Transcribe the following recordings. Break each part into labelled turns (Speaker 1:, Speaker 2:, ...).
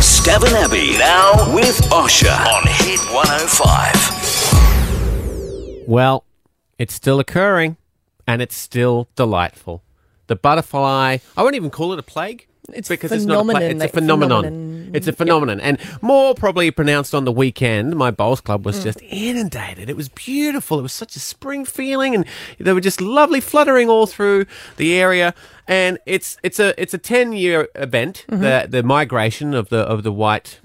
Speaker 1: Stephen Abbey now with Osha on Hit 105.
Speaker 2: Well, it's still occurring and it's still delightful. The butterfly, I won't even call it a plague.
Speaker 3: It's
Speaker 2: because it's not a plague.
Speaker 3: phenomenon,
Speaker 2: It's a
Speaker 3: like
Speaker 2: phenomenon.
Speaker 3: phenomenon.
Speaker 2: It's a phenomenon. And more probably pronounced on the weekend. My bowls club
Speaker 3: Mm.
Speaker 2: was just inundated. It was beautiful. It was such a spring feeling and they were just lovely fluttering all through the area. And it's it's a it's a ten year event,
Speaker 3: Mm-hmm.
Speaker 2: the the migration of the of the white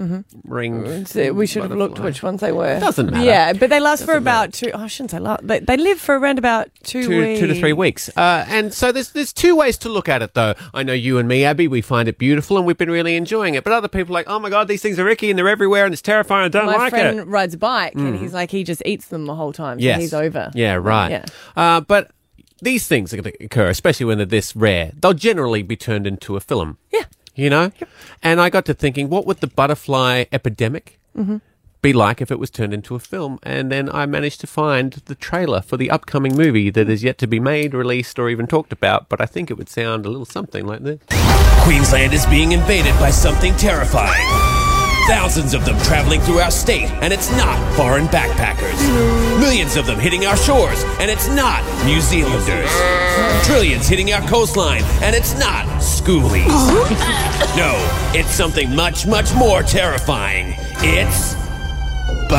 Speaker 2: ringed
Speaker 3: So Mm-hmm. uh, we should have looked
Speaker 2: butterfly.
Speaker 3: which ones they were.
Speaker 2: Doesn't matter.
Speaker 3: Yeah, but they last for about two. Oh, I shouldn't say last. They, they live for around about two,
Speaker 2: two,
Speaker 3: weeks.
Speaker 2: two to three weeks. Uh, and so there's there's two ways to look at it, though. I know you and me, Abby, we find it beautiful and we've been really enjoying it. But other people are like, oh my god, these things are icky and they're everywhere and it's terrifying. I don't
Speaker 3: My
Speaker 2: like
Speaker 3: friend
Speaker 2: it. Mm.
Speaker 3: rides a bike, and he's like, he just eats them the whole time. So
Speaker 2: Yes,
Speaker 3: he's over.
Speaker 2: Yeah, right.
Speaker 3: Yeah.
Speaker 2: Uh, but these things are going to occur, especially when they're this rare. They'll generally be turned into a film.
Speaker 3: Yeah.
Speaker 2: You know. And I got to thinking, what would the butterfly epidemic?
Speaker 3: Mm-hmm.
Speaker 2: Be like if it was turned into a film, and then I managed to find the trailer for the upcoming movie that is yet to be made, released, or even talked about. But I think it would sound a little something like this.
Speaker 4: Queensland is being invaded by something terrifying. Thousands of them traveling through our state, and it's not foreign backpackers. Millions of them hitting our shores, and it's not New Zealanders. Trillions hitting our coastline, and it's not schoolies. No, it's something much, much more terrifying. It's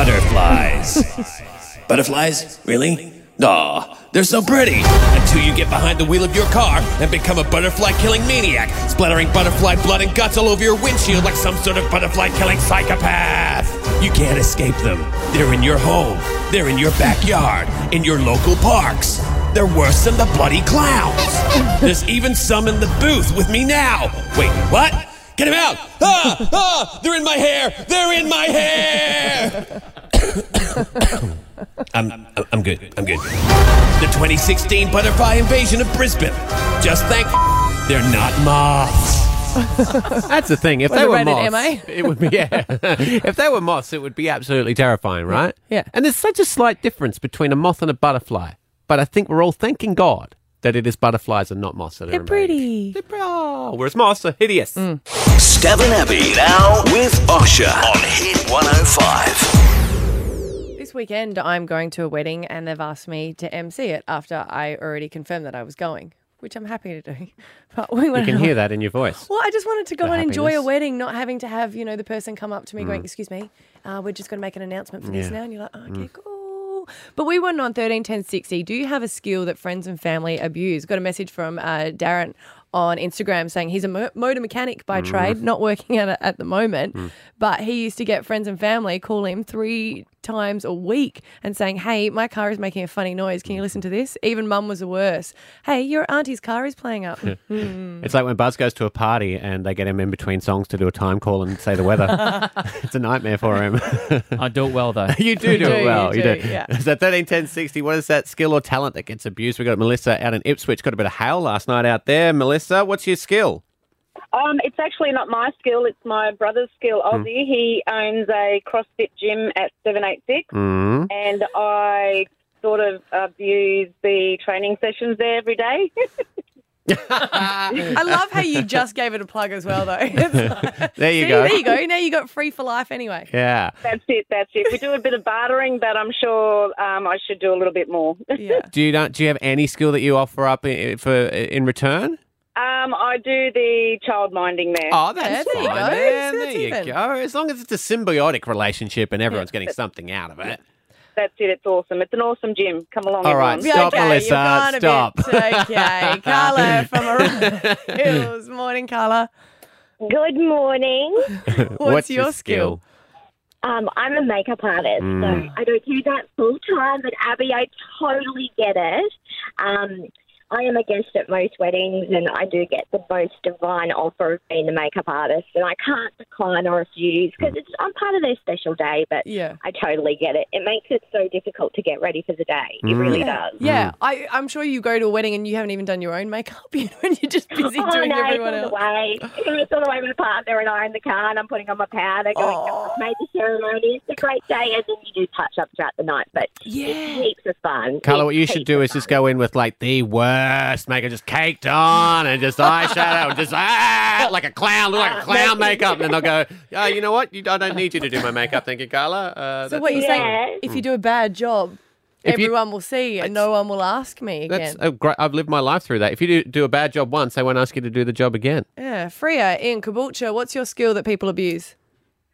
Speaker 4: butterflies. Butterflies? Really? Aw, they're so pretty! Until you get behind the wheel of your car and become a butterfly killing maniac, splattering butterfly blood and guts all over your windshield like some sort of butterfly killing psychopath! You can't escape them. They're in your home, they're in your backyard, in your local parks. They're worse than the bloody clowns! There's even some in the booth with me now! Wait, what? Get him out! Ah! Ah! They're in my hair! They're in my hair! I'm, I'm good. I'm good. The 2016 butterfly invasion of Brisbane. Just thank they're not moths.
Speaker 2: That's the thing. If
Speaker 3: Was
Speaker 2: they
Speaker 3: it
Speaker 2: were moths,
Speaker 3: rated MA?
Speaker 2: it would be yeah. if they were moths, it would be absolutely terrifying, right?
Speaker 3: Yeah.
Speaker 2: And there's such a slight difference between a moth and a butterfly, but I think we're all thanking God that it is butterflies and not moths that
Speaker 3: They're
Speaker 2: are
Speaker 3: pretty. Mm.
Speaker 2: They're pretty. Oh, whereas moths are hideous.
Speaker 1: Stephen Abbey now with Osha on Hit 105.
Speaker 3: This weekend, I'm going to a wedding, and they've asked me to MC it after I already confirmed that I was going, which I'm happy to do. But we
Speaker 2: You
Speaker 3: went
Speaker 2: can
Speaker 3: on-
Speaker 2: hear that in your voice.
Speaker 3: Well, I just wanted to go
Speaker 2: The
Speaker 3: and enjoy a
Speaker 2: happiness. Mm.
Speaker 3: wedding, not having to have, you know, the person come up to me going, excuse me, uh, we're just going to make an announcement for this
Speaker 2: Yeah. Mm.
Speaker 3: now. And you're like, okay, cool. But we went on 131060. Do you have a skill that friends and family abuse? Got a message from uh, Darren on Instagram saying he's a mo- motor mechanic
Speaker 2: Mm.
Speaker 3: by trade, not working at it at the moment, but he used to get friends and family call him three times a week and saying, hey, my car is making a funny noise. Can you listen to this? Even mum was the worst. Hey, your auntie's car is playing up. Hmm.
Speaker 2: It's like when Buzz goes to a party and they get him in between songs to do a time call and say the weather. it's a nightmare for him.
Speaker 5: I do it well though.
Speaker 2: you do do,
Speaker 3: do,
Speaker 2: it
Speaker 3: you
Speaker 2: well. You do.
Speaker 3: do, yeah.
Speaker 2: So thirteen ten sixty. What is that skill or talent that gets abused? We got Melissa out in Ipswich. Got a bit of hail last night out there. Melissa, what's your skill?
Speaker 6: Um, it's actually not my skill. It's my brother's skill,
Speaker 2: Hmm.
Speaker 6: Aussie. He owns a CrossFit gym at 786,
Speaker 2: Mm.
Speaker 6: and I sort of abuse the training sessions there every day.
Speaker 3: I love how you just gave it a plug as well, though. It's like-
Speaker 2: There you
Speaker 3: See,
Speaker 2: go.
Speaker 3: There you go. Now you got free for life anyway.
Speaker 2: Yeah.
Speaker 6: that's it. That's it. We do a bit of bartering, but I'm sure um, I should do a little bit more.
Speaker 3: Yeah.
Speaker 2: Do you don't? Do you have any skill that you offer up i for in return?
Speaker 6: Um, I do the child minding there.
Speaker 2: Oh,
Speaker 3: Yeah,
Speaker 2: that's
Speaker 3: there you
Speaker 2: fine.
Speaker 3: go.
Speaker 2: Yeah,
Speaker 3: That's-
Speaker 2: there
Speaker 3: that's
Speaker 2: you
Speaker 3: even.
Speaker 2: go. As long as it's a symbiotic relationship and everyone's getting something out of it.
Speaker 6: That's it. It's awesome. It's an awesome gym. Come along,
Speaker 2: All right.
Speaker 6: everyone.
Speaker 2: Yeah. Stop,
Speaker 3: okay,
Speaker 2: Melissa,
Speaker 3: You've gone
Speaker 2: stop.
Speaker 3: A bit. Okay. Carla from Aurora Hills. Morning, Carla.
Speaker 7: Good morning.
Speaker 3: What's, your skill? Mm.
Speaker 7: Um, I'm a makeup artist, so I don't do that full time. But Abby, I totally get it. Um, I am a guest at most weddings, and I do get the most divine offer of being the makeup artist, and I can't decline or refuse because it's I'm part of their special day. But
Speaker 3: Yeah.
Speaker 7: I totally get it. It makes it so difficult to get ready for the day. It
Speaker 3: Mm.
Speaker 7: really does.
Speaker 3: Yeah, I, I'm sure you go to a wedding and you haven't even done your own makeup, you know, and you're just busy
Speaker 7: Oh
Speaker 3: doing
Speaker 7: no, it's
Speaker 3: everyone
Speaker 7: all the
Speaker 3: else.
Speaker 7: way. It's all the way with my partner and I in the car and I'm putting on my powder going,
Speaker 3: Oh.
Speaker 7: made the ceremony. It's a great day, and then you do touch up throughout the night. But
Speaker 3: Yeah.
Speaker 7: it's heaps of fun.
Speaker 2: Carla,
Speaker 7: It's
Speaker 2: what you should
Speaker 7: heaps
Speaker 2: do
Speaker 7: of
Speaker 2: is just go in with like the worst makeup, just caked on and just eyeshadow and just ah, like a clown, look like a clown makeup. And then they'll go, oh, you know what? You, I don't need you to do my makeup. Thank you, Carla. Uh,
Speaker 3: So
Speaker 2: that's-
Speaker 3: what you're
Speaker 7: Yeah.
Speaker 3: saying? If you do a bad job,
Speaker 2: If you-
Speaker 3: everyone will see, and no one will ask me again.
Speaker 2: That's a great. I've lived my life through that. If you do, do a bad job once, they won't ask you to do the job again.
Speaker 3: yeah, Freya in Caboolture, what's your skill that people abuse?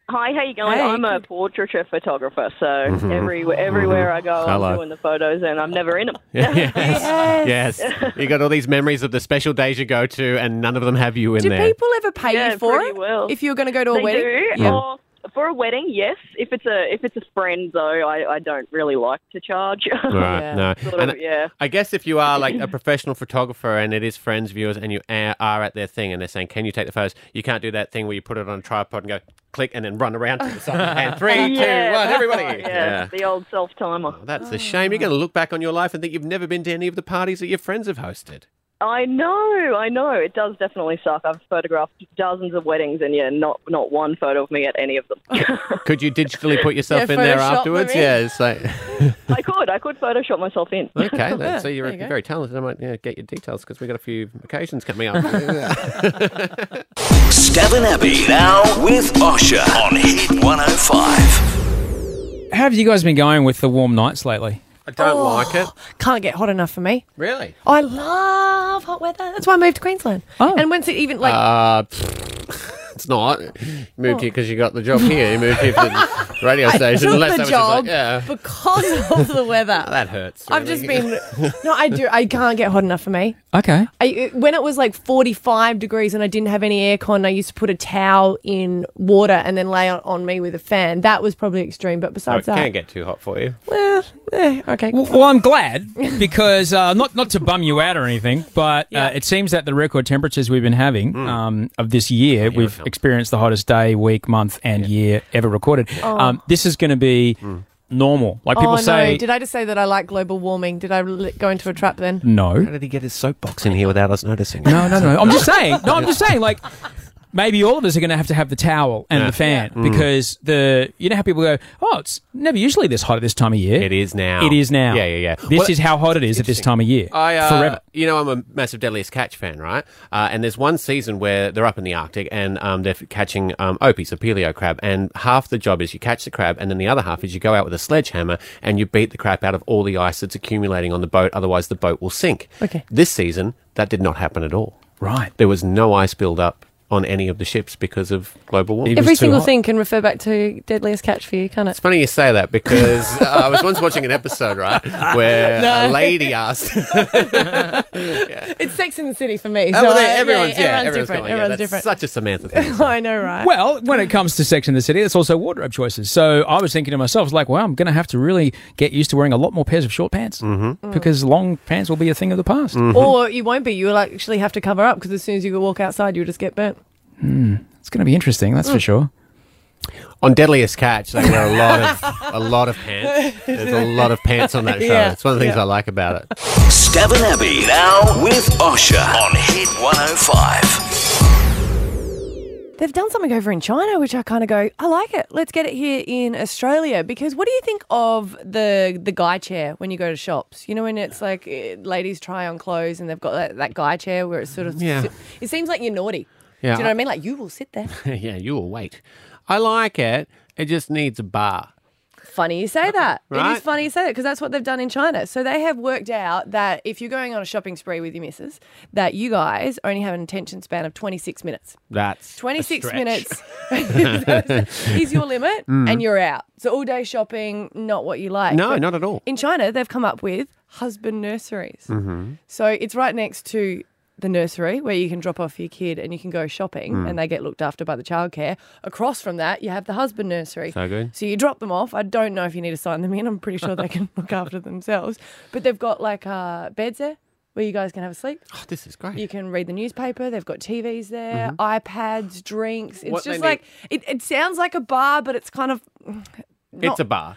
Speaker 5: Hi, how you going?
Speaker 3: Hey.
Speaker 5: I'm a portraiture photographer, so every, everywhere I go,
Speaker 2: Mm-hmm. Hello.
Speaker 5: I'm doing the photos, and I'm never in them.
Speaker 2: yes. yes. You got all these memories of the special days you go to, and none of them have you in
Speaker 3: Do
Speaker 2: there.
Speaker 3: people ever pay
Speaker 5: Yeah,
Speaker 3: you for
Speaker 5: pretty
Speaker 3: it?
Speaker 5: well.
Speaker 3: If you're going to go to a
Speaker 5: They
Speaker 3: wedding,
Speaker 5: do.
Speaker 3: Yeah.
Speaker 5: Or for a wedding, yes. If it's a if it's a friend, though, I, I don't really like to charge.
Speaker 2: Right,
Speaker 3: Yeah.
Speaker 2: no.
Speaker 5: Sort of,
Speaker 2: And
Speaker 5: yeah.
Speaker 2: I guess if you are like a professional photographer and it is friends of yours and you a- are at their thing and they're saying, can you take the photos? You can't do that thing where you put it on a tripod and go click and then run around to the side. And three, two, one,
Speaker 5: Yeah, that's
Speaker 2: everybody. Oh,
Speaker 5: right, Yeah, the old self timer.
Speaker 2: That's a shame. You're going to look back on your life and think you've never been to any of the parties that your friends have hosted.
Speaker 5: I know, I know. It does definitely suck. I've photographed dozens of weddings, and yeah, not not one photo of me at any of them.
Speaker 2: Could you digitally put yourself
Speaker 3: Yeah,
Speaker 2: in there
Speaker 3: Photoshop them
Speaker 2: afterwards?
Speaker 3: in.
Speaker 2: Yeah, it's like.
Speaker 5: I could, I could Photoshop myself in.
Speaker 2: Okay, that's, so you're
Speaker 3: there you go.
Speaker 2: very talented. I might yeah, get your details because we've got a few occasions coming up.
Speaker 1: Stephen Abbey now with Osher on Hit 105.
Speaker 8: How have you guys been going with the warm nights lately?
Speaker 2: I
Speaker 3: Oh.
Speaker 2: don't like it.
Speaker 3: can't get hot enough for me.
Speaker 2: Really?
Speaker 3: I love hot weather. That's why I moved to Queensland.
Speaker 8: Oh.
Speaker 3: And once it even like
Speaker 2: Uh, pfft, it's not. You moved here because you got the job here. You moved here for the radio
Speaker 3: Oh. I
Speaker 2: station.
Speaker 3: took
Speaker 2: unless that was
Speaker 3: the
Speaker 2: just like,
Speaker 3: job
Speaker 2: yeah.
Speaker 3: because of the weather.
Speaker 2: That hurts.
Speaker 3: I've
Speaker 2: really.
Speaker 3: just been no, I do. I can't get hot enough for me.
Speaker 8: Okay.
Speaker 3: I, it- when it was like 45 degrees and I didn't have any aircon, I used to put a towel in water and then lay on, on me with a fan. That was probably extreme, but
Speaker 2: Oh, it
Speaker 3: besides
Speaker 2: can
Speaker 3: that,
Speaker 2: get too hot for you.
Speaker 3: eh, eh, okay.
Speaker 8: Well, well, I'm glad because uh, not not to bum you out or anything, but uh, it seems that the record temperatures we've been having
Speaker 2: Hmm.
Speaker 8: um, of this year, we've experienced the hottest day, week, month, and year ever recorded. Um, this is going to be
Speaker 2: Hmm.
Speaker 8: normal. Like people
Speaker 3: oh
Speaker 8: say,
Speaker 3: no! Did I just say that I like global warming? Did I li- go into a trap then?
Speaker 8: no,
Speaker 2: How did he get his soapbox in here without us noticing?
Speaker 8: No, no, no. I'm just saying. No, I'm just saying. Like, maybe all of us are going to have to have the towel and the fan
Speaker 2: Mm.
Speaker 8: because the you know how people go, oh, it's never usually this hot at this time of year.
Speaker 2: It is now.
Speaker 8: It is now.
Speaker 2: Yeah, yeah, yeah.
Speaker 8: This
Speaker 2: Well,
Speaker 8: is how hot it is at this time of year.
Speaker 2: I, uh,
Speaker 8: Forever.
Speaker 2: You know, I'm a massive Deadliest Catch fan, right? Uh, and there's one season where they're up in the Arctic and um, they're f- catching um, opies, a peleo crab. And half the job is you catch the crab, and then the other half is you go out with a sledgehammer and you beat the crap out of all the ice that's accumulating on the boat. Otherwise, the boat will sink.
Speaker 3: Okay.
Speaker 2: This season, that did not happen at all.
Speaker 8: Right.
Speaker 2: There was no ice buildup on any of the ships because of global warming.
Speaker 8: It was
Speaker 3: Every
Speaker 8: too
Speaker 3: single
Speaker 8: hot.
Speaker 3: thing can refer back to Deadliest Catch for you, can't it?
Speaker 2: It's funny you say that because uh, I was once watching an episode, right, where a lady asked
Speaker 3: It's Sex in the City for me.
Speaker 2: Oh,
Speaker 3: so
Speaker 2: well,
Speaker 3: I-
Speaker 2: they- everyone's, yeah,
Speaker 3: everyone's different.
Speaker 2: going, yeah,
Speaker 3: everyone's
Speaker 2: that's
Speaker 3: different.
Speaker 2: Such a Samantha thing.
Speaker 3: I know, right?
Speaker 8: Well, when it comes to Sex in the City, it's also wardrobe choices. So I was thinking to myself, like, well, I'm going to have to really get used to wearing a lot more pairs of short pants
Speaker 2: Mm-hmm.
Speaker 8: because long pants will be a thing of the past.
Speaker 3: Or you won't be. You'll actually have to cover up because as soon as you walk outside, you'll just get burnt.
Speaker 8: Hmm. It's going to be interesting, that's
Speaker 2: Mm.
Speaker 8: for sure.
Speaker 2: on Deadliest Catch, they wear a lot of a lot of pants. There's a lot of pants on that show.
Speaker 3: Yeah.
Speaker 2: It's one of the things I like about it.
Speaker 1: Stephen Abbey now with Osher on Hit 105.
Speaker 3: They've done something over in China, which I kind of go, I like it. Let's get it here in Australia. Because what do you think of the the guy chair when you go to shops? You know, when it's like eh, ladies try on clothes and they've got that, that guy chair where it's sort of,
Speaker 2: Yeah.
Speaker 3: it seems like you're naughty.
Speaker 2: Yeah,
Speaker 3: Do you know what
Speaker 2: I-
Speaker 3: I mean? Like you will sit there.
Speaker 2: yeah, you will wait. I like it. It just needs a bar.
Speaker 3: Funny you say that. It
Speaker 2: Right?
Speaker 3: is funny you say that because that's what they've done in China. So they have worked out that if you're going on a shopping spree with your missus, that you guys only have an attention span of 26 minutes.
Speaker 2: That's a
Speaker 3: 26
Speaker 2: stretch.
Speaker 3: minutes is your limit and you're out. So all day shopping, not what you like.
Speaker 2: Mm. No,
Speaker 3: But
Speaker 2: not at all. Mm-hmm.
Speaker 3: In China, they've come up with husband nurseries. So it's right next to the nursery where you can drop off your kid and you can go shopping
Speaker 2: Hmm.
Speaker 3: and they get looked after by the childcare. Across from that, you have the husband nursery.
Speaker 2: So good.
Speaker 3: So you drop them off. I don't know if you need to sign them in. I'm pretty sure they can look after themselves. But they've got like uh, beds there where you guys can have a sleep.
Speaker 2: Oh, this is great. Mm-hmm.
Speaker 3: You can read the newspaper. They've got TVs there, iPads, drinks. It's
Speaker 2: What they
Speaker 3: just
Speaker 2: need-
Speaker 3: like it, it sounds like a bar, but it's kind of Mm,
Speaker 2: it's a bar.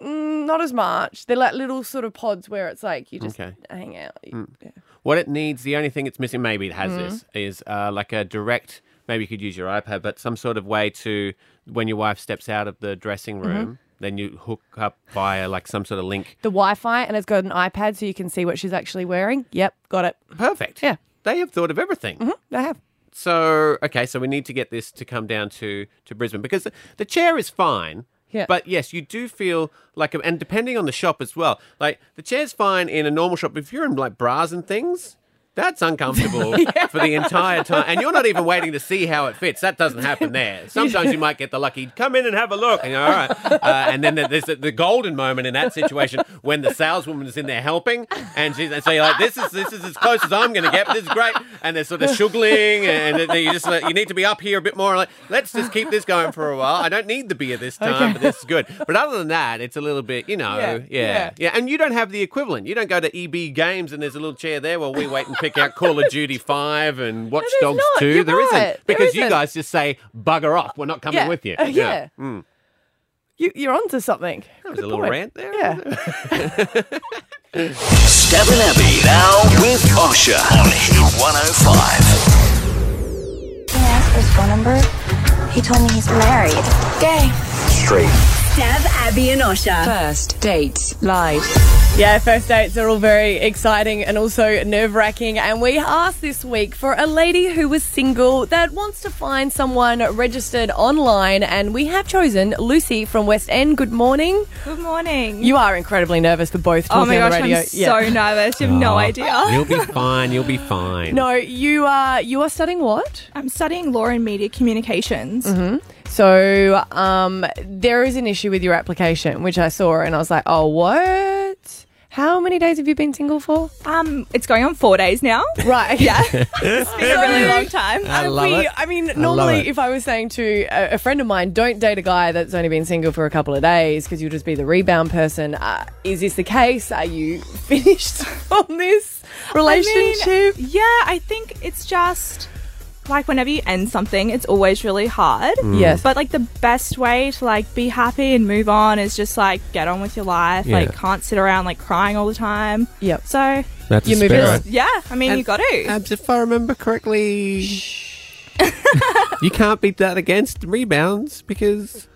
Speaker 3: not as much. They're like little sort of pods where it's like you just
Speaker 2: Okay.
Speaker 3: hang
Speaker 2: Mm.
Speaker 3: out. You- yeah. Mm-hmm.
Speaker 2: What it needs, the only thing it's missing, maybe it has this, is uh, like a direct. maybe you could use your iPad, but some sort of way to when your wife steps out of the dressing
Speaker 3: Mm-hmm.
Speaker 2: room, then you hook up via like some sort of link.
Speaker 3: The Wi Fi, and it's got an iPad so you can see what she's actually wearing. Yep, got it.
Speaker 2: Perfect.
Speaker 3: Yeah.
Speaker 2: They have thought of everything.
Speaker 3: Mm-hmm, I have.
Speaker 2: So okay, so we need to get this to come down to to Brisbane because the, the chair is fine.
Speaker 3: Yeah.
Speaker 2: But yes, you do feel like, and depending on the shop as well, like the chair's fine in a normal shop. If you're in like bras and things, that's uncomfortable for the entire time. And you're not even waiting to see how it fits. That doesn't happen there. Sometimes you might get the lucky, come in and have a look. And you're all right. Uh, and then there's the, the golden moment in that situation when the saleswoman is in there helping. And, she's, and so you're like, this is, this is as close as I'm going to get. But this is great. And they're sort of shuggling. And then you just like, you need to be up here a bit more. Like, let's just keep this going for a while. I don't need the beer this time, but this is good. But other than that, it's a little bit, you know,
Speaker 3: Yeah,
Speaker 2: yeah.
Speaker 3: yeah.
Speaker 2: yeah. Yeah, and you don't have the equivalent. You don't go to EB Games and there's a little chair there while we wait and pick out Call of Duty 5 and Watch
Speaker 3: there's
Speaker 2: Dogs
Speaker 3: not.
Speaker 2: 2.
Speaker 3: You're
Speaker 2: There
Speaker 3: right. There
Speaker 2: not Because you
Speaker 3: isn't.
Speaker 2: guys just say, bugger off. We're not coming
Speaker 3: Yeah.
Speaker 2: with you.
Speaker 3: Uh, yeah. You, you're onto something.
Speaker 2: That was a little rant there.
Speaker 3: Yeah.
Speaker 1: Stabbin' Abbey now with Osha on Hit 105.
Speaker 9: When I asked for his phone number, he told me he's married. Gay.
Speaker 10: Stab Abby and Osha.
Speaker 11: First dates live.
Speaker 3: Yeah, first dates are all very exciting and also nerve wracking. And we asked this week for a lady who was single that wants to find someone registered online. And we have chosen Lucy from West End. Good morning.
Speaker 10: Good morning.
Speaker 3: You are incredibly nervous for both
Speaker 10: oh
Speaker 3: talking
Speaker 10: my
Speaker 3: on
Speaker 10: gosh,
Speaker 3: the
Speaker 10: I'm
Speaker 3: radio.
Speaker 10: so nervous. You have no idea.
Speaker 2: Oh, You'll be fine. You'll be fine.
Speaker 3: No, you are you are studying what? Mm-hmm.
Speaker 10: I'm studying law and media communications.
Speaker 3: So um, there is an issue with your application, which I saw, and I was like, oh, what? How many days have you been single for?
Speaker 10: Um, it's going on four days now.
Speaker 3: Right.
Speaker 10: Yeah, it's been a
Speaker 3: Eh?
Speaker 10: really long time.
Speaker 3: I,
Speaker 2: love
Speaker 3: we,
Speaker 2: it.
Speaker 3: I mean, normally, if I was saying to a, a friend of mine, don't date a guy that's only been single for a couple of days because you'll just be the rebound person. Uh, is this the case? Are you finished on this relationship?
Speaker 10: I mean, yeah, I think it's just like whenever you end something, it's always really hard.
Speaker 2: Mm.
Speaker 3: Yes.
Speaker 10: But like the best way to like be happy and move on is just like get on with your life. Like can't sit around like crying all the time.
Speaker 3: Yep.
Speaker 10: So
Speaker 8: That's
Speaker 3: You
Speaker 8: a
Speaker 3: move it
Speaker 8: spirit.
Speaker 3: on.
Speaker 10: yeah, I mean you got to.
Speaker 2: Abs, if I remember correctly, you can't beat that against rebounds because.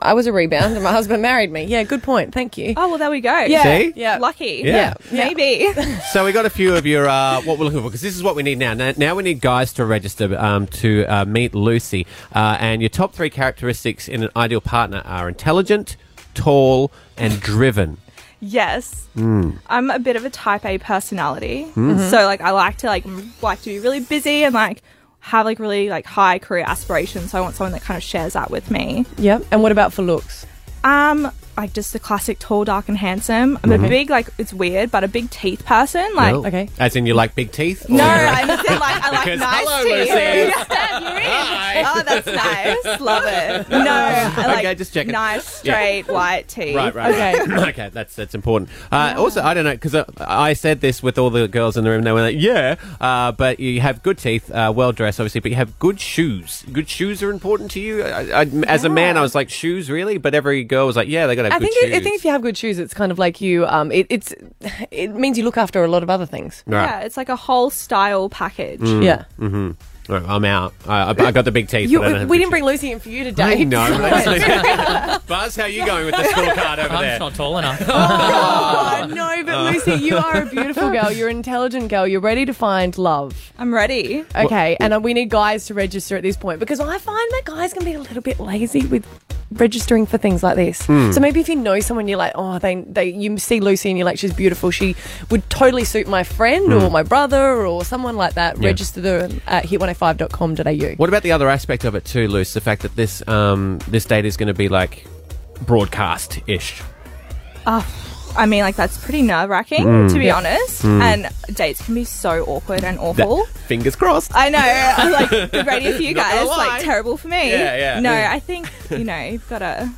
Speaker 3: I was a rebound and my husband married me. Yeah, good point. Thank you.
Speaker 10: oh well, there we go.
Speaker 3: Yeah.
Speaker 2: See?
Speaker 3: Yeah.
Speaker 10: Lucky.
Speaker 2: Yeah.
Speaker 10: Maybe.
Speaker 2: So we got a few of your uh, what we're looking for because this is what we need now. Now, now we need guys to register um, to uh, meet Lucy. Uh, and your top three characteristics in an ideal partner are intelligent, tall, and driven.
Speaker 10: yes.
Speaker 2: Hmm.
Speaker 10: I'm a bit of a type A personality. So like I like to like m- like to be really busy and like have like really like high career aspirations. So I want someone that kind of shares that with me.
Speaker 3: Yep. And what about for looks?
Speaker 10: Um, like just the classic tall, dark, and handsome. I'm
Speaker 2: Mm-hmm.
Speaker 10: a big like it's weird, but a big teeth person. Like
Speaker 2: Well,
Speaker 3: okay.
Speaker 2: As in, you like big teeth?
Speaker 10: no, I just said, like I like
Speaker 2: Because-
Speaker 10: nice
Speaker 2: hello,
Speaker 10: teeth.
Speaker 2: Lucy.
Speaker 10: You stab me. Oh, that's nice. Love it. No, I like
Speaker 2: Okay, just checking.
Speaker 10: nice,
Speaker 2: Yeah.
Speaker 10: straight, white teeth.
Speaker 2: Right, right.
Speaker 3: Okay.
Speaker 2: Okay, okay, that's that's important. Uh, Also, I don't know because I, I said this with all the girls in the room. They were like, "Yeah," uh, but you have good teeth, uh, well dressed, obviously, but you have good shoes. Good shoes are important to you. I, I, As a man, I was like, "Shoes, really?" But every girl was like, "Yeah, they got to
Speaker 3: I
Speaker 2: have good
Speaker 3: think
Speaker 2: shoes."
Speaker 3: I think if you have good shoes, it's kind of like you. Um, it, it's it means you look after a lot of other things.
Speaker 2: right.
Speaker 10: Yeah, it's like a whole style package.
Speaker 2: Hmm.
Speaker 3: Yeah.
Speaker 2: All Mm-hmm. right, I'm out. I, I, I got the big teeth.
Speaker 3: You,
Speaker 2: but I don't
Speaker 3: we,
Speaker 2: have
Speaker 3: we
Speaker 2: good
Speaker 3: didn't
Speaker 2: shoes.
Speaker 3: bring Lucy in for you today.
Speaker 2: I know. Leslie. Buzz, how you going with the scorecard over
Speaker 8: I'm
Speaker 2: there?
Speaker 8: just not tall enough.
Speaker 3: Oh, no, but Lucy, you are a beautiful girl. You're an intelligent girl. You're ready to find love.
Speaker 10: I'm ready.
Speaker 3: Okay, and uh, we need guys to register at this point because I find that guys can be a little bit lazy with registering for things like this.
Speaker 2: Hmm.
Speaker 3: So maybe if you know someone, you're like, oh, they, they, you see Lucy and you're like, she's beautiful. She would totally suit my friend or my brother or someone like that. Register them at hit105.com.au.
Speaker 2: What about the other aspect of it too, Luce? The fact that this um, this date is going to be like broadcast ish.
Speaker 10: Oh, I mean, like that's pretty nerve wracking
Speaker 2: Mm.
Speaker 10: to be honest. And dates can be so awkward and awful.
Speaker 2: Fingers crossed.
Speaker 10: I know, I'm like the radio for you
Speaker 2: Not gonna
Speaker 10: guys,
Speaker 2: lie.
Speaker 10: like terrible for me.
Speaker 2: Yeah, yeah.
Speaker 10: No,
Speaker 2: Yeah.
Speaker 10: I think you know, you've gotta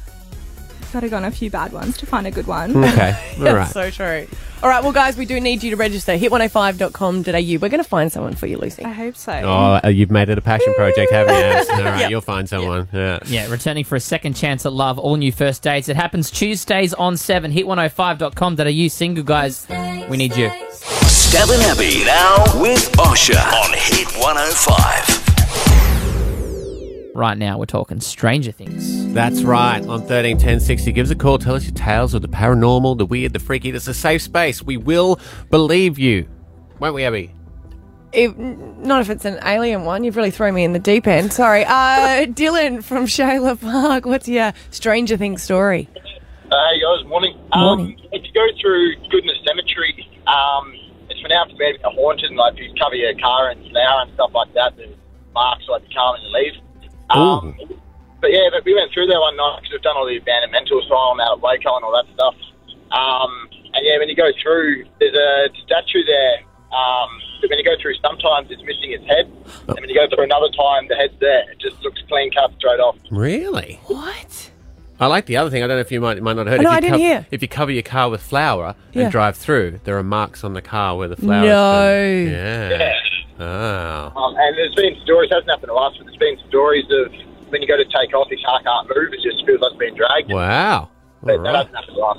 Speaker 10: gotta go on a few bad ones to find a good one.
Speaker 2: Mm. Okay. All right.
Speaker 3: So true. All right, well, guys, we do need you to register. Hit105.com.au. We're going to find someone for you, Lucy.
Speaker 10: I hope so.
Speaker 2: Oh, uh, you've made it a passion project, haven't you? Abs? All right, you'll find someone. Yeah.
Speaker 11: Yeah, returning for a second chance at love, all new first dates. It happens Tuesdays on 7, hit105.com.au. Single guys, we need you.
Speaker 1: oh Stabbin' Abbey now with Osha on Hit 105.
Speaker 11: Right now, we're talking Stranger Things.
Speaker 2: That's right. On 13 10 60, give us a call. Tell us your tales of the paranormal, the weird, the freaky. It's a safe space. We will believe you. Won't we, Abby?
Speaker 3: If, not if it's an alien one. You've really thrown me in the deep end. Sorry. Uh, Dylan from Shayla Park, what's your Stranger Things story?
Speaker 12: Uh, hey guys, morning.
Speaker 3: Morning.
Speaker 12: Um, if you go through Goodness Cemetery, um, it's pronounced to be a bit haunted, and like if you cover your car in flour and stuff like that, there's marks like you car when you leave. Um, but yeah, but we went through there one night because we've done all the abandonmental asylum out at Waco and all that stuff. Um, and yeah, when you go through, there's a statue there. Um, that when you go through, sometimes it's missing its head, and when you go through another time, the head's there. It just looks clean cut straight off.
Speaker 2: Really?
Speaker 3: What?
Speaker 2: I like the other thing. I don't know if you might might not have heard.
Speaker 3: Oh, No,
Speaker 2: if you
Speaker 3: I didn't
Speaker 2: cov-
Speaker 3: hear.
Speaker 2: If you cover your car with flour
Speaker 3: Yeah.
Speaker 2: and drive through, there are marks on the car where the flour.
Speaker 12: No.
Speaker 2: Yeah. Oh.
Speaker 12: Um, and there's been stories, that's nothing to us, but there's been stories of when you go to take off, your car can't move, it just feels like it's being dragged.
Speaker 2: Wow.
Speaker 12: But that's nothing to us.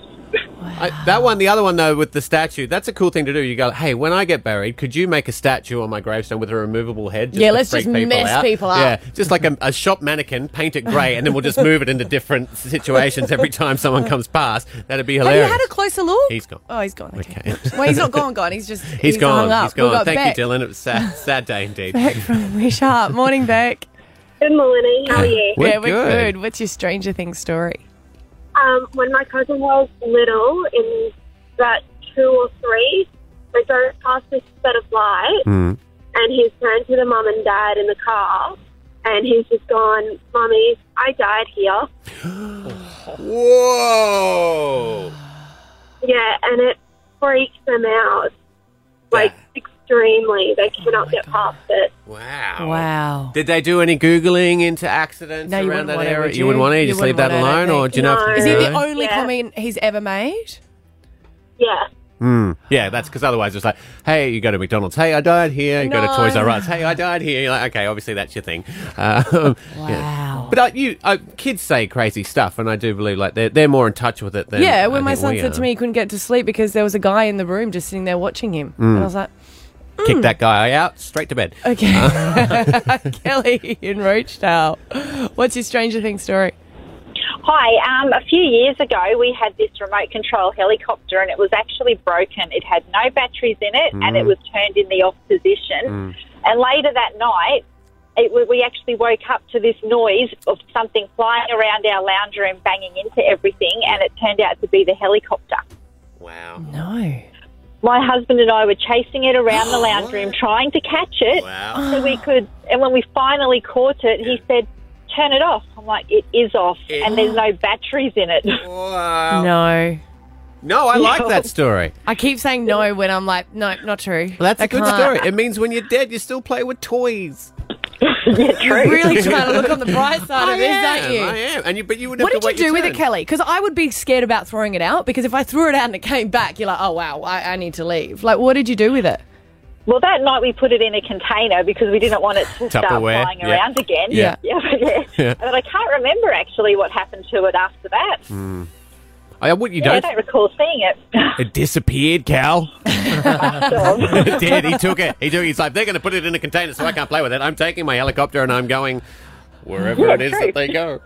Speaker 2: I, that one, the other one though, with the statue, that's a cool thing to do. You go, hey, when I get buried, could you make a statue on my gravestone with a removable head?
Speaker 3: Yeah,
Speaker 2: to
Speaker 3: let's
Speaker 2: freak
Speaker 3: just mess
Speaker 2: out?
Speaker 3: people up.
Speaker 2: Yeah, just like a, a shop mannequin, paint it grey, and then we'll just move it into different situations every time someone comes past. That'd be
Speaker 3: Have you
Speaker 2: hilarious.
Speaker 3: had a closer look?
Speaker 2: He's gone.
Speaker 3: Oh, he's gone. Okay.
Speaker 2: Okay.
Speaker 3: Well, he's not gone, gone. He's just
Speaker 2: he's gone.
Speaker 3: Hung up.
Speaker 2: He's gone. Thank
Speaker 3: Beck.
Speaker 2: you, Dylan. It was a sad, sad day indeed.
Speaker 3: Beck from Wish Up. Morning, Beck.
Speaker 6: Good morning. How are you?
Speaker 2: We're
Speaker 3: yeah, we're
Speaker 2: good.
Speaker 3: good. What's your Stranger Things story?
Speaker 6: Um, when my cousin was little, in about two or three, they drove past this set of lights,
Speaker 13: Mm.
Speaker 6: and he's turned to the mum and dad in the car, and he's just gone, "Mummy, I died here."
Speaker 2: Whoa!
Speaker 6: Yeah, and it freaks them out like extremely. They cannot get past it.
Speaker 2: Wow.
Speaker 3: Wow.
Speaker 2: Did they do any googling into accidents
Speaker 3: No, you
Speaker 2: around
Speaker 3: wouldn't
Speaker 2: that
Speaker 3: want to,
Speaker 2: area?
Speaker 3: would
Speaker 2: You wouldn't want to. You just leave
Speaker 3: wouldn't
Speaker 2: that
Speaker 3: want to, I
Speaker 2: alone,
Speaker 3: don't
Speaker 2: or
Speaker 3: think.
Speaker 2: do you know? if-
Speaker 3: Is he the
Speaker 2: No?
Speaker 3: only comment he's ever made?
Speaker 6: Yeah.
Speaker 2: Hmm. Yeah, that's because otherwise it's like, hey, you go to McDonald's, hey, I died here. You go to Toys
Speaker 3: No.
Speaker 2: R Us, hey, I died here. You're like, okay, obviously that's your thing. Um, wow. But uh, you, uh, kids say crazy stuff, and I do believe like they're, they're more in touch with it than
Speaker 3: yeah,
Speaker 2: I
Speaker 3: when my
Speaker 2: think
Speaker 3: son
Speaker 2: we
Speaker 3: said to
Speaker 2: are.
Speaker 3: me he couldn't get to sleep because there was a guy in the room just sitting there watching him. And
Speaker 2: Mm.
Speaker 3: I was like, "Hmm."
Speaker 2: kick that guy out, straight to bed.
Speaker 3: Okay. Kelly in Roachdale, what's your Stranger Things story?
Speaker 14: Hi. Um, a few years ago, we had this remote control helicopter, and it was actually broken. It had no batteries in it, and it
Speaker 15: Mm.
Speaker 14: was turned in the off position. And later that night, it, we- we actually woke up to this noise of something flying around our lounge room, banging into everything, and it turned out to be the helicopter.
Speaker 2: Wow.
Speaker 3: No.
Speaker 14: My husband and I were chasing it around the lounge room, trying to catch it,
Speaker 2: Wow.
Speaker 14: so we could. And when we finally caught it, he said, "Turn it off." I'm like, "It is off, and there's no batteries in it."
Speaker 2: Wow.
Speaker 3: No.
Speaker 2: No, I like that story.
Speaker 3: I keep saying no when I'm like, no, not true.
Speaker 2: Well, that's
Speaker 3: I
Speaker 2: a good
Speaker 3: can't.
Speaker 2: story. It means when you're dead, you still play with toys.
Speaker 3: You're really trying to look on the bright side of
Speaker 2: I
Speaker 3: this,
Speaker 2: am,
Speaker 3: aren't you?
Speaker 2: I am. And you, but you would
Speaker 3: What
Speaker 2: have to wait
Speaker 3: did you do
Speaker 2: your
Speaker 3: with it,
Speaker 2: turn.
Speaker 3: Kelly? Because I would be scared about throwing it out. Because if I threw it out and it came back, you're like, oh wow, I, I need to leave. Like, what did you do with it?
Speaker 14: Well, that night we put it in a container because we didn't want it to start
Speaker 3: Tupperware,
Speaker 14: flying
Speaker 3: yeah.
Speaker 14: around again.
Speaker 3: Yeah.
Speaker 14: yeah, but, yeah.
Speaker 2: Yeah.
Speaker 14: But I can't remember actually what happened to it after that.
Speaker 2: Hmm. I, what you
Speaker 14: yeah, I
Speaker 2: don't.
Speaker 14: don't recall seeing it.
Speaker 2: It disappeared, Cal. it did. He took it. He took. He's like, they're going to put it in a container, so I can't play with it. I'm taking my helicopter and I'm going wherever
Speaker 3: Yeah,
Speaker 2: it is
Speaker 3: true.
Speaker 2: that they go.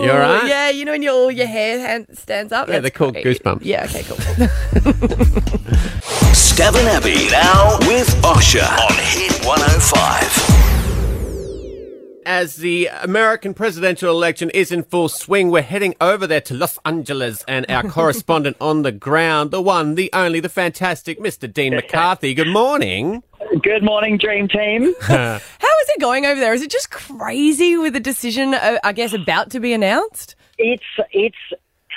Speaker 2: You're right.
Speaker 3: Yeah, you know when your all your hair hand stands up.
Speaker 2: Yeah,
Speaker 3: That's
Speaker 2: they're called
Speaker 3: great.
Speaker 2: goosebumps.
Speaker 3: Yeah. Okay. Cool.
Speaker 1: Stab and Abby now with Osher on Hit 105.
Speaker 2: As the American presidential election is in full swing, we're heading over there to Los Angeles and our correspondent on the ground, the one, the only, the fantastic Mr. Dean McCarthy. Good morning.
Speaker 16: Good morning, Dream Team.
Speaker 3: How is it going over there? Is it just crazy with the decision, uh, I guess, about to be announced?
Speaker 16: It's it's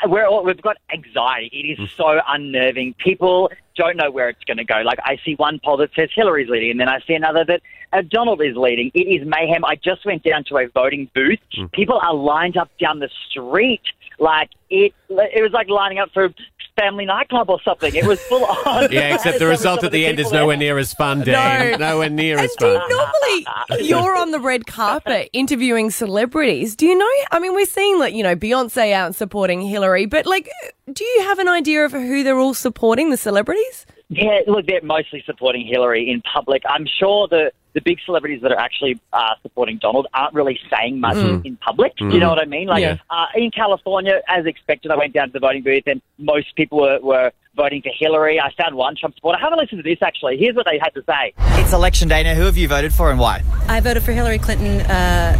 Speaker 16: we're all, we've got anxiety. It is so unnerving. People don't know where it's going to go. Like I see one poll that says Hillary's leading, and then I see another that uh, Donald is leading. It is mayhem. I just went down to a voting booth. People are lined up down the street. Like it, it was like lining up for family nightclub or something. It was full on.
Speaker 2: Yeah, except the result at the end is nowhere near as fun, Dan.
Speaker 3: No.
Speaker 2: Nowhere near as fun.
Speaker 3: Normally, you're on the red carpet interviewing celebrities. Do you know? I mean, we're seeing like you know Beyonce out supporting Hillary, but like, do you have an idea of who they're all supporting? The celebrities?
Speaker 16: Yeah, look, they're mostly supporting Hillary in public. I'm sure the the big celebrities that are actually uh, supporting Donald aren't really saying much
Speaker 12: Mhm.
Speaker 16: in public. Do You know what I mean? Like
Speaker 12: Yeah.
Speaker 16: uh, in California, as expected, I went down to the voting booth and most people were, were voting for Hillary. I found one Trump supporter. Have a listen to this. Actually, here's what they had to say.
Speaker 15: It's election day now. Who have you voted for and why?
Speaker 17: I voted for Hillary Clinton uh,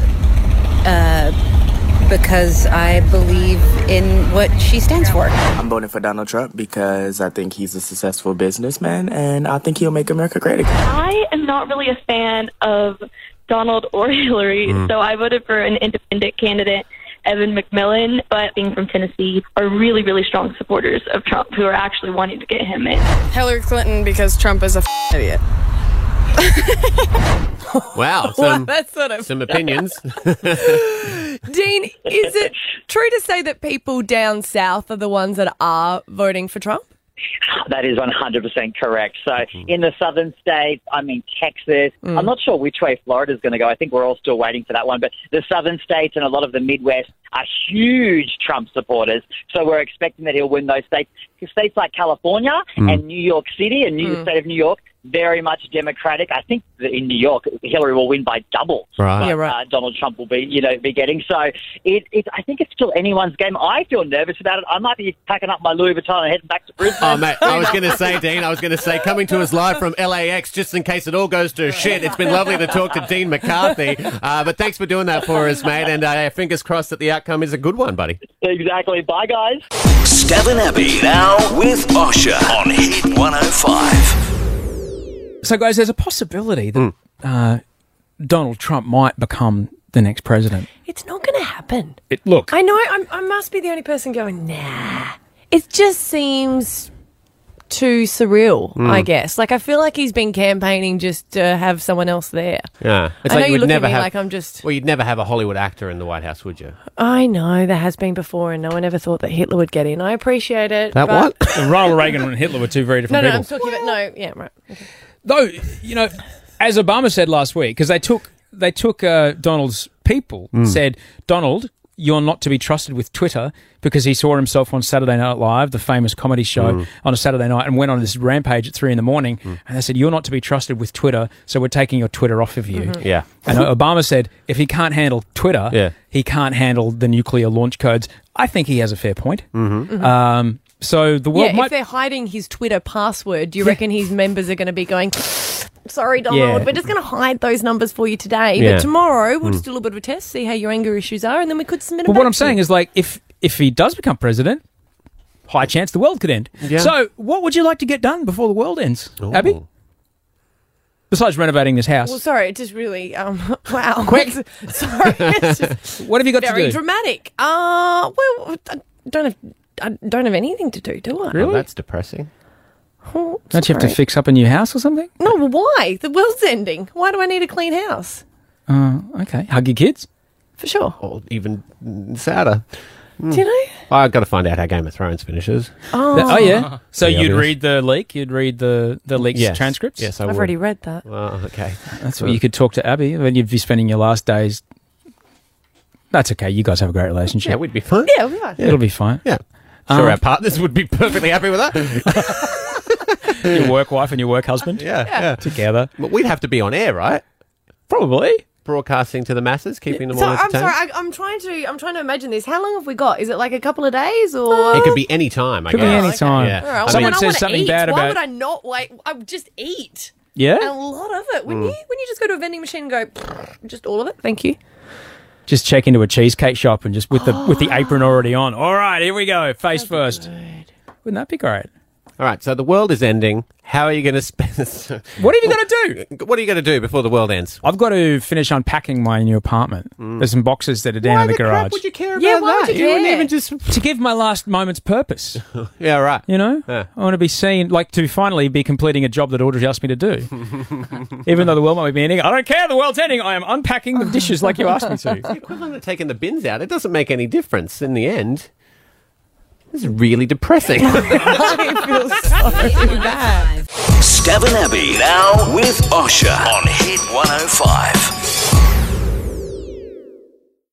Speaker 17: uh, because I believe in what she stands for.
Speaker 18: I'm voting for Donald Trump because I think he's a successful businessman and I think he'll make America great again.
Speaker 13: I am not really a fan of Donald or Hillary,
Speaker 18: Mm.
Speaker 13: so I voted for an independent candidate, Evan McMillan. But being from Tennessee, are really, really strong supporters of Trump who are actually wanting to get him in.
Speaker 19: Hillary Clinton because Trump is a f- idiot.
Speaker 2: Wow,
Speaker 3: Wow,
Speaker 2: some,
Speaker 3: that's sort of-
Speaker 2: some opinions.
Speaker 3: Dean, is it true to say that people down south are the ones that are voting for Trump?
Speaker 16: That is 100% correct. So
Speaker 12: Mm-hmm.
Speaker 16: in the southern states, I mean, Texas,
Speaker 12: Mm.
Speaker 16: I'm not sure which way Florida's going to go. I think we're all still waiting for that one. But the southern states and a lot of the Midwest are huge Trump supporters. So we're expecting that he'll win those states. 'Cause States like California
Speaker 12: Mm.
Speaker 16: and New York City and New
Speaker 12: Mm.
Speaker 16: State of New York, very much Democratic. I think that in New York, Hillary will win by double.
Speaker 12: Right.
Speaker 16: what,
Speaker 12: Yeah,
Speaker 16: Uh,
Speaker 12: right.
Speaker 16: Donald Trump will be, you know, be getting. So it, it, I think it's still anyone's game. I feel nervous about it. I might be packing up my Louis Vuitton and heading back to Brisbane.
Speaker 2: Oh, mate, I was going to say, Dean, I was going to say, coming to us live from LAX, just in case it all goes to shit, it's been lovely to talk to Dean McCarthy. Uh, but thanks for doing that for us, mate. And uh, fingers crossed that the outcome is a good one, buddy.
Speaker 16: Exactly. Bye, guys.
Speaker 1: Stephen Abbey now with Osher on Hit 105.
Speaker 8: So, guys, there's a possibility that uh, Donald Trump might become the next president.
Speaker 3: It's not going to happen.
Speaker 8: It, look,
Speaker 3: I know I'm, I must be the only person going, nah. It just seems too surreal,
Speaker 2: Mm.
Speaker 3: I guess. Like, I feel like he's been campaigning just to have someone else there.
Speaker 2: Yeah.
Speaker 3: I know you look at me like I'm just-
Speaker 2: Well, you'd never have a Hollywood actor in the White House, would you?
Speaker 3: I know there has been before, and no one ever thought that Hitler would get in. I appreciate it. but-
Speaker 8: Ronald Reagan and Hitler were two very
Speaker 3: No,
Speaker 8: different
Speaker 3: no,
Speaker 8: people.
Speaker 3: I'm talking about no. Yeah, right. Okay.
Speaker 8: Though, you know, as Obama said last week, because they took they took uh, Donald's people
Speaker 2: Hmm.
Speaker 20: Mm.
Speaker 8: said, Donald, you're not to be trusted with Twitter because he saw himself on Saturday Night Live, the famous comedy show,
Speaker 2: Hmm.
Speaker 20: Mm.
Speaker 8: on a Saturday night and went on this rampage at three in the morning. And they said, you're not to be trusted with Twitter, so we're taking your Twitter off of you.
Speaker 2: Mhm.
Speaker 3: Mm-hmm.
Speaker 2: Yeah.
Speaker 8: And Obama said, if he can't handle Twitter,
Speaker 2: Yeah.
Speaker 8: he can't handle the nuclear launch codes. I think he has a fair point.
Speaker 2: Mm-hmm.
Speaker 3: Mhm.
Speaker 8: Um, so the world
Speaker 3: yeah, if
Speaker 8: might
Speaker 3: they're hiding his Twitter password, do you reckon his members are going to be going, sorry, Donald,
Speaker 8: Yeah.
Speaker 3: we're just going to hide those numbers for you today,
Speaker 8: Yeah.
Speaker 3: but tomorrow we'll
Speaker 8: Mm.
Speaker 3: just do a little bit of a test, see how your anger issues are, and then we could submit
Speaker 8: But
Speaker 3: them
Speaker 8: what
Speaker 3: back
Speaker 8: I'm
Speaker 3: to
Speaker 8: saying
Speaker 3: you."
Speaker 8: is, like, if if he does become president, high chance the world could end.
Speaker 2: Yeah.
Speaker 8: So, what would you like to get done before the world ends, Abby? Besides renovating this house,
Speaker 3: Well, sorry, it just really, um, wow.
Speaker 8: Quick.
Speaker 3: sorry. It's just
Speaker 8: What have you got to
Speaker 3: very
Speaker 8: do?
Speaker 3: dramatic. Uh, well, I don't have, I don't have anything to do, do I?
Speaker 2: Well, that's depressing.
Speaker 3: Oh,
Speaker 8: don't you have to
Speaker 3: sorry.
Speaker 8: fix up a new house or something?
Speaker 3: No, well, why? The world's ending. Why do I need a clean house?
Speaker 8: Uh, okay, hug your kids
Speaker 3: for sure.
Speaker 2: Or even sadder. Hmm.
Speaker 3: Do you know?
Speaker 2: I've got to find out how Game of Thrones finishes.
Speaker 3: Oh.
Speaker 8: oh yeah. So
Speaker 2: The
Speaker 8: you'd
Speaker 2: obvious.
Speaker 8: read the leak. You'd read the the leaked
Speaker 2: Yes.
Speaker 8: transcripts.
Speaker 2: Yes, I
Speaker 3: I've
Speaker 2: would.
Speaker 3: already read that.
Speaker 2: Well, okay.
Speaker 8: That's what you could talk to Abby, and you'd be spending your last days. That's okay. You guys have a great relationship.
Speaker 2: Yeah, we'd be fine.
Speaker 3: Yeah, we are.
Speaker 8: It'll be fine.
Speaker 2: Yeah. Um, Sure, our partners would be perfectly happy with that.
Speaker 8: your work wife and your work husband.
Speaker 2: Yeah, yeah.
Speaker 8: Together.
Speaker 2: But we'd have to be on air, right?
Speaker 8: Probably.
Speaker 2: Broadcasting to the masses, keeping them
Speaker 3: So
Speaker 2: all
Speaker 3: I'm
Speaker 2: entertained.
Speaker 3: sorry, I, I'm trying to I'm trying to imagine this. How long have we got? Is it like a couple of days or?
Speaker 2: it could be any time, I
Speaker 8: Could be
Speaker 2: guess.
Speaker 8: any time.
Speaker 2: Yeah.
Speaker 3: All right, well,
Speaker 8: Someone
Speaker 3: then I
Speaker 8: says
Speaker 3: wanna
Speaker 8: something
Speaker 3: eat.
Speaker 8: bad
Speaker 3: Why
Speaker 8: about-
Speaker 3: would I not wait? I would just eat.
Speaker 8: Yeah?
Speaker 3: a lot of it. When
Speaker 8: Mm.
Speaker 3: you when you just go to a vending machine and go, just all of it. Thank you.
Speaker 8: just check into a cheesecake shop and just with the with the apron already on. All right, here we go, face first. Wouldn't that be great?
Speaker 2: All right, so the world is ending. How are you going to spend this?
Speaker 8: What are you going to do?
Speaker 2: What are you going to do before the world ends?
Speaker 8: I've got to finish unpacking my new apartment.
Speaker 2: Mm.
Speaker 8: There's some boxes that are down in the, garage.
Speaker 2: you care
Speaker 3: yeah, why Would you, care?
Speaker 2: just
Speaker 8: to give my last moment's purpose.
Speaker 2: yeah, right.
Speaker 8: You know,
Speaker 2: Yeah.
Speaker 8: I want to be seen, like to finally be completing a job that Audrey asked me to do. Even though the world might be ending, I don't care. The world's ending. I am unpacking the dishes like you asked me
Speaker 2: It's the
Speaker 8: to.
Speaker 2: equivalent of taking the bins out. It doesn't make any difference in the end. This is really depressing.
Speaker 1: I feel so oh bad. Stephen Abbey now with Osher on Hit 105.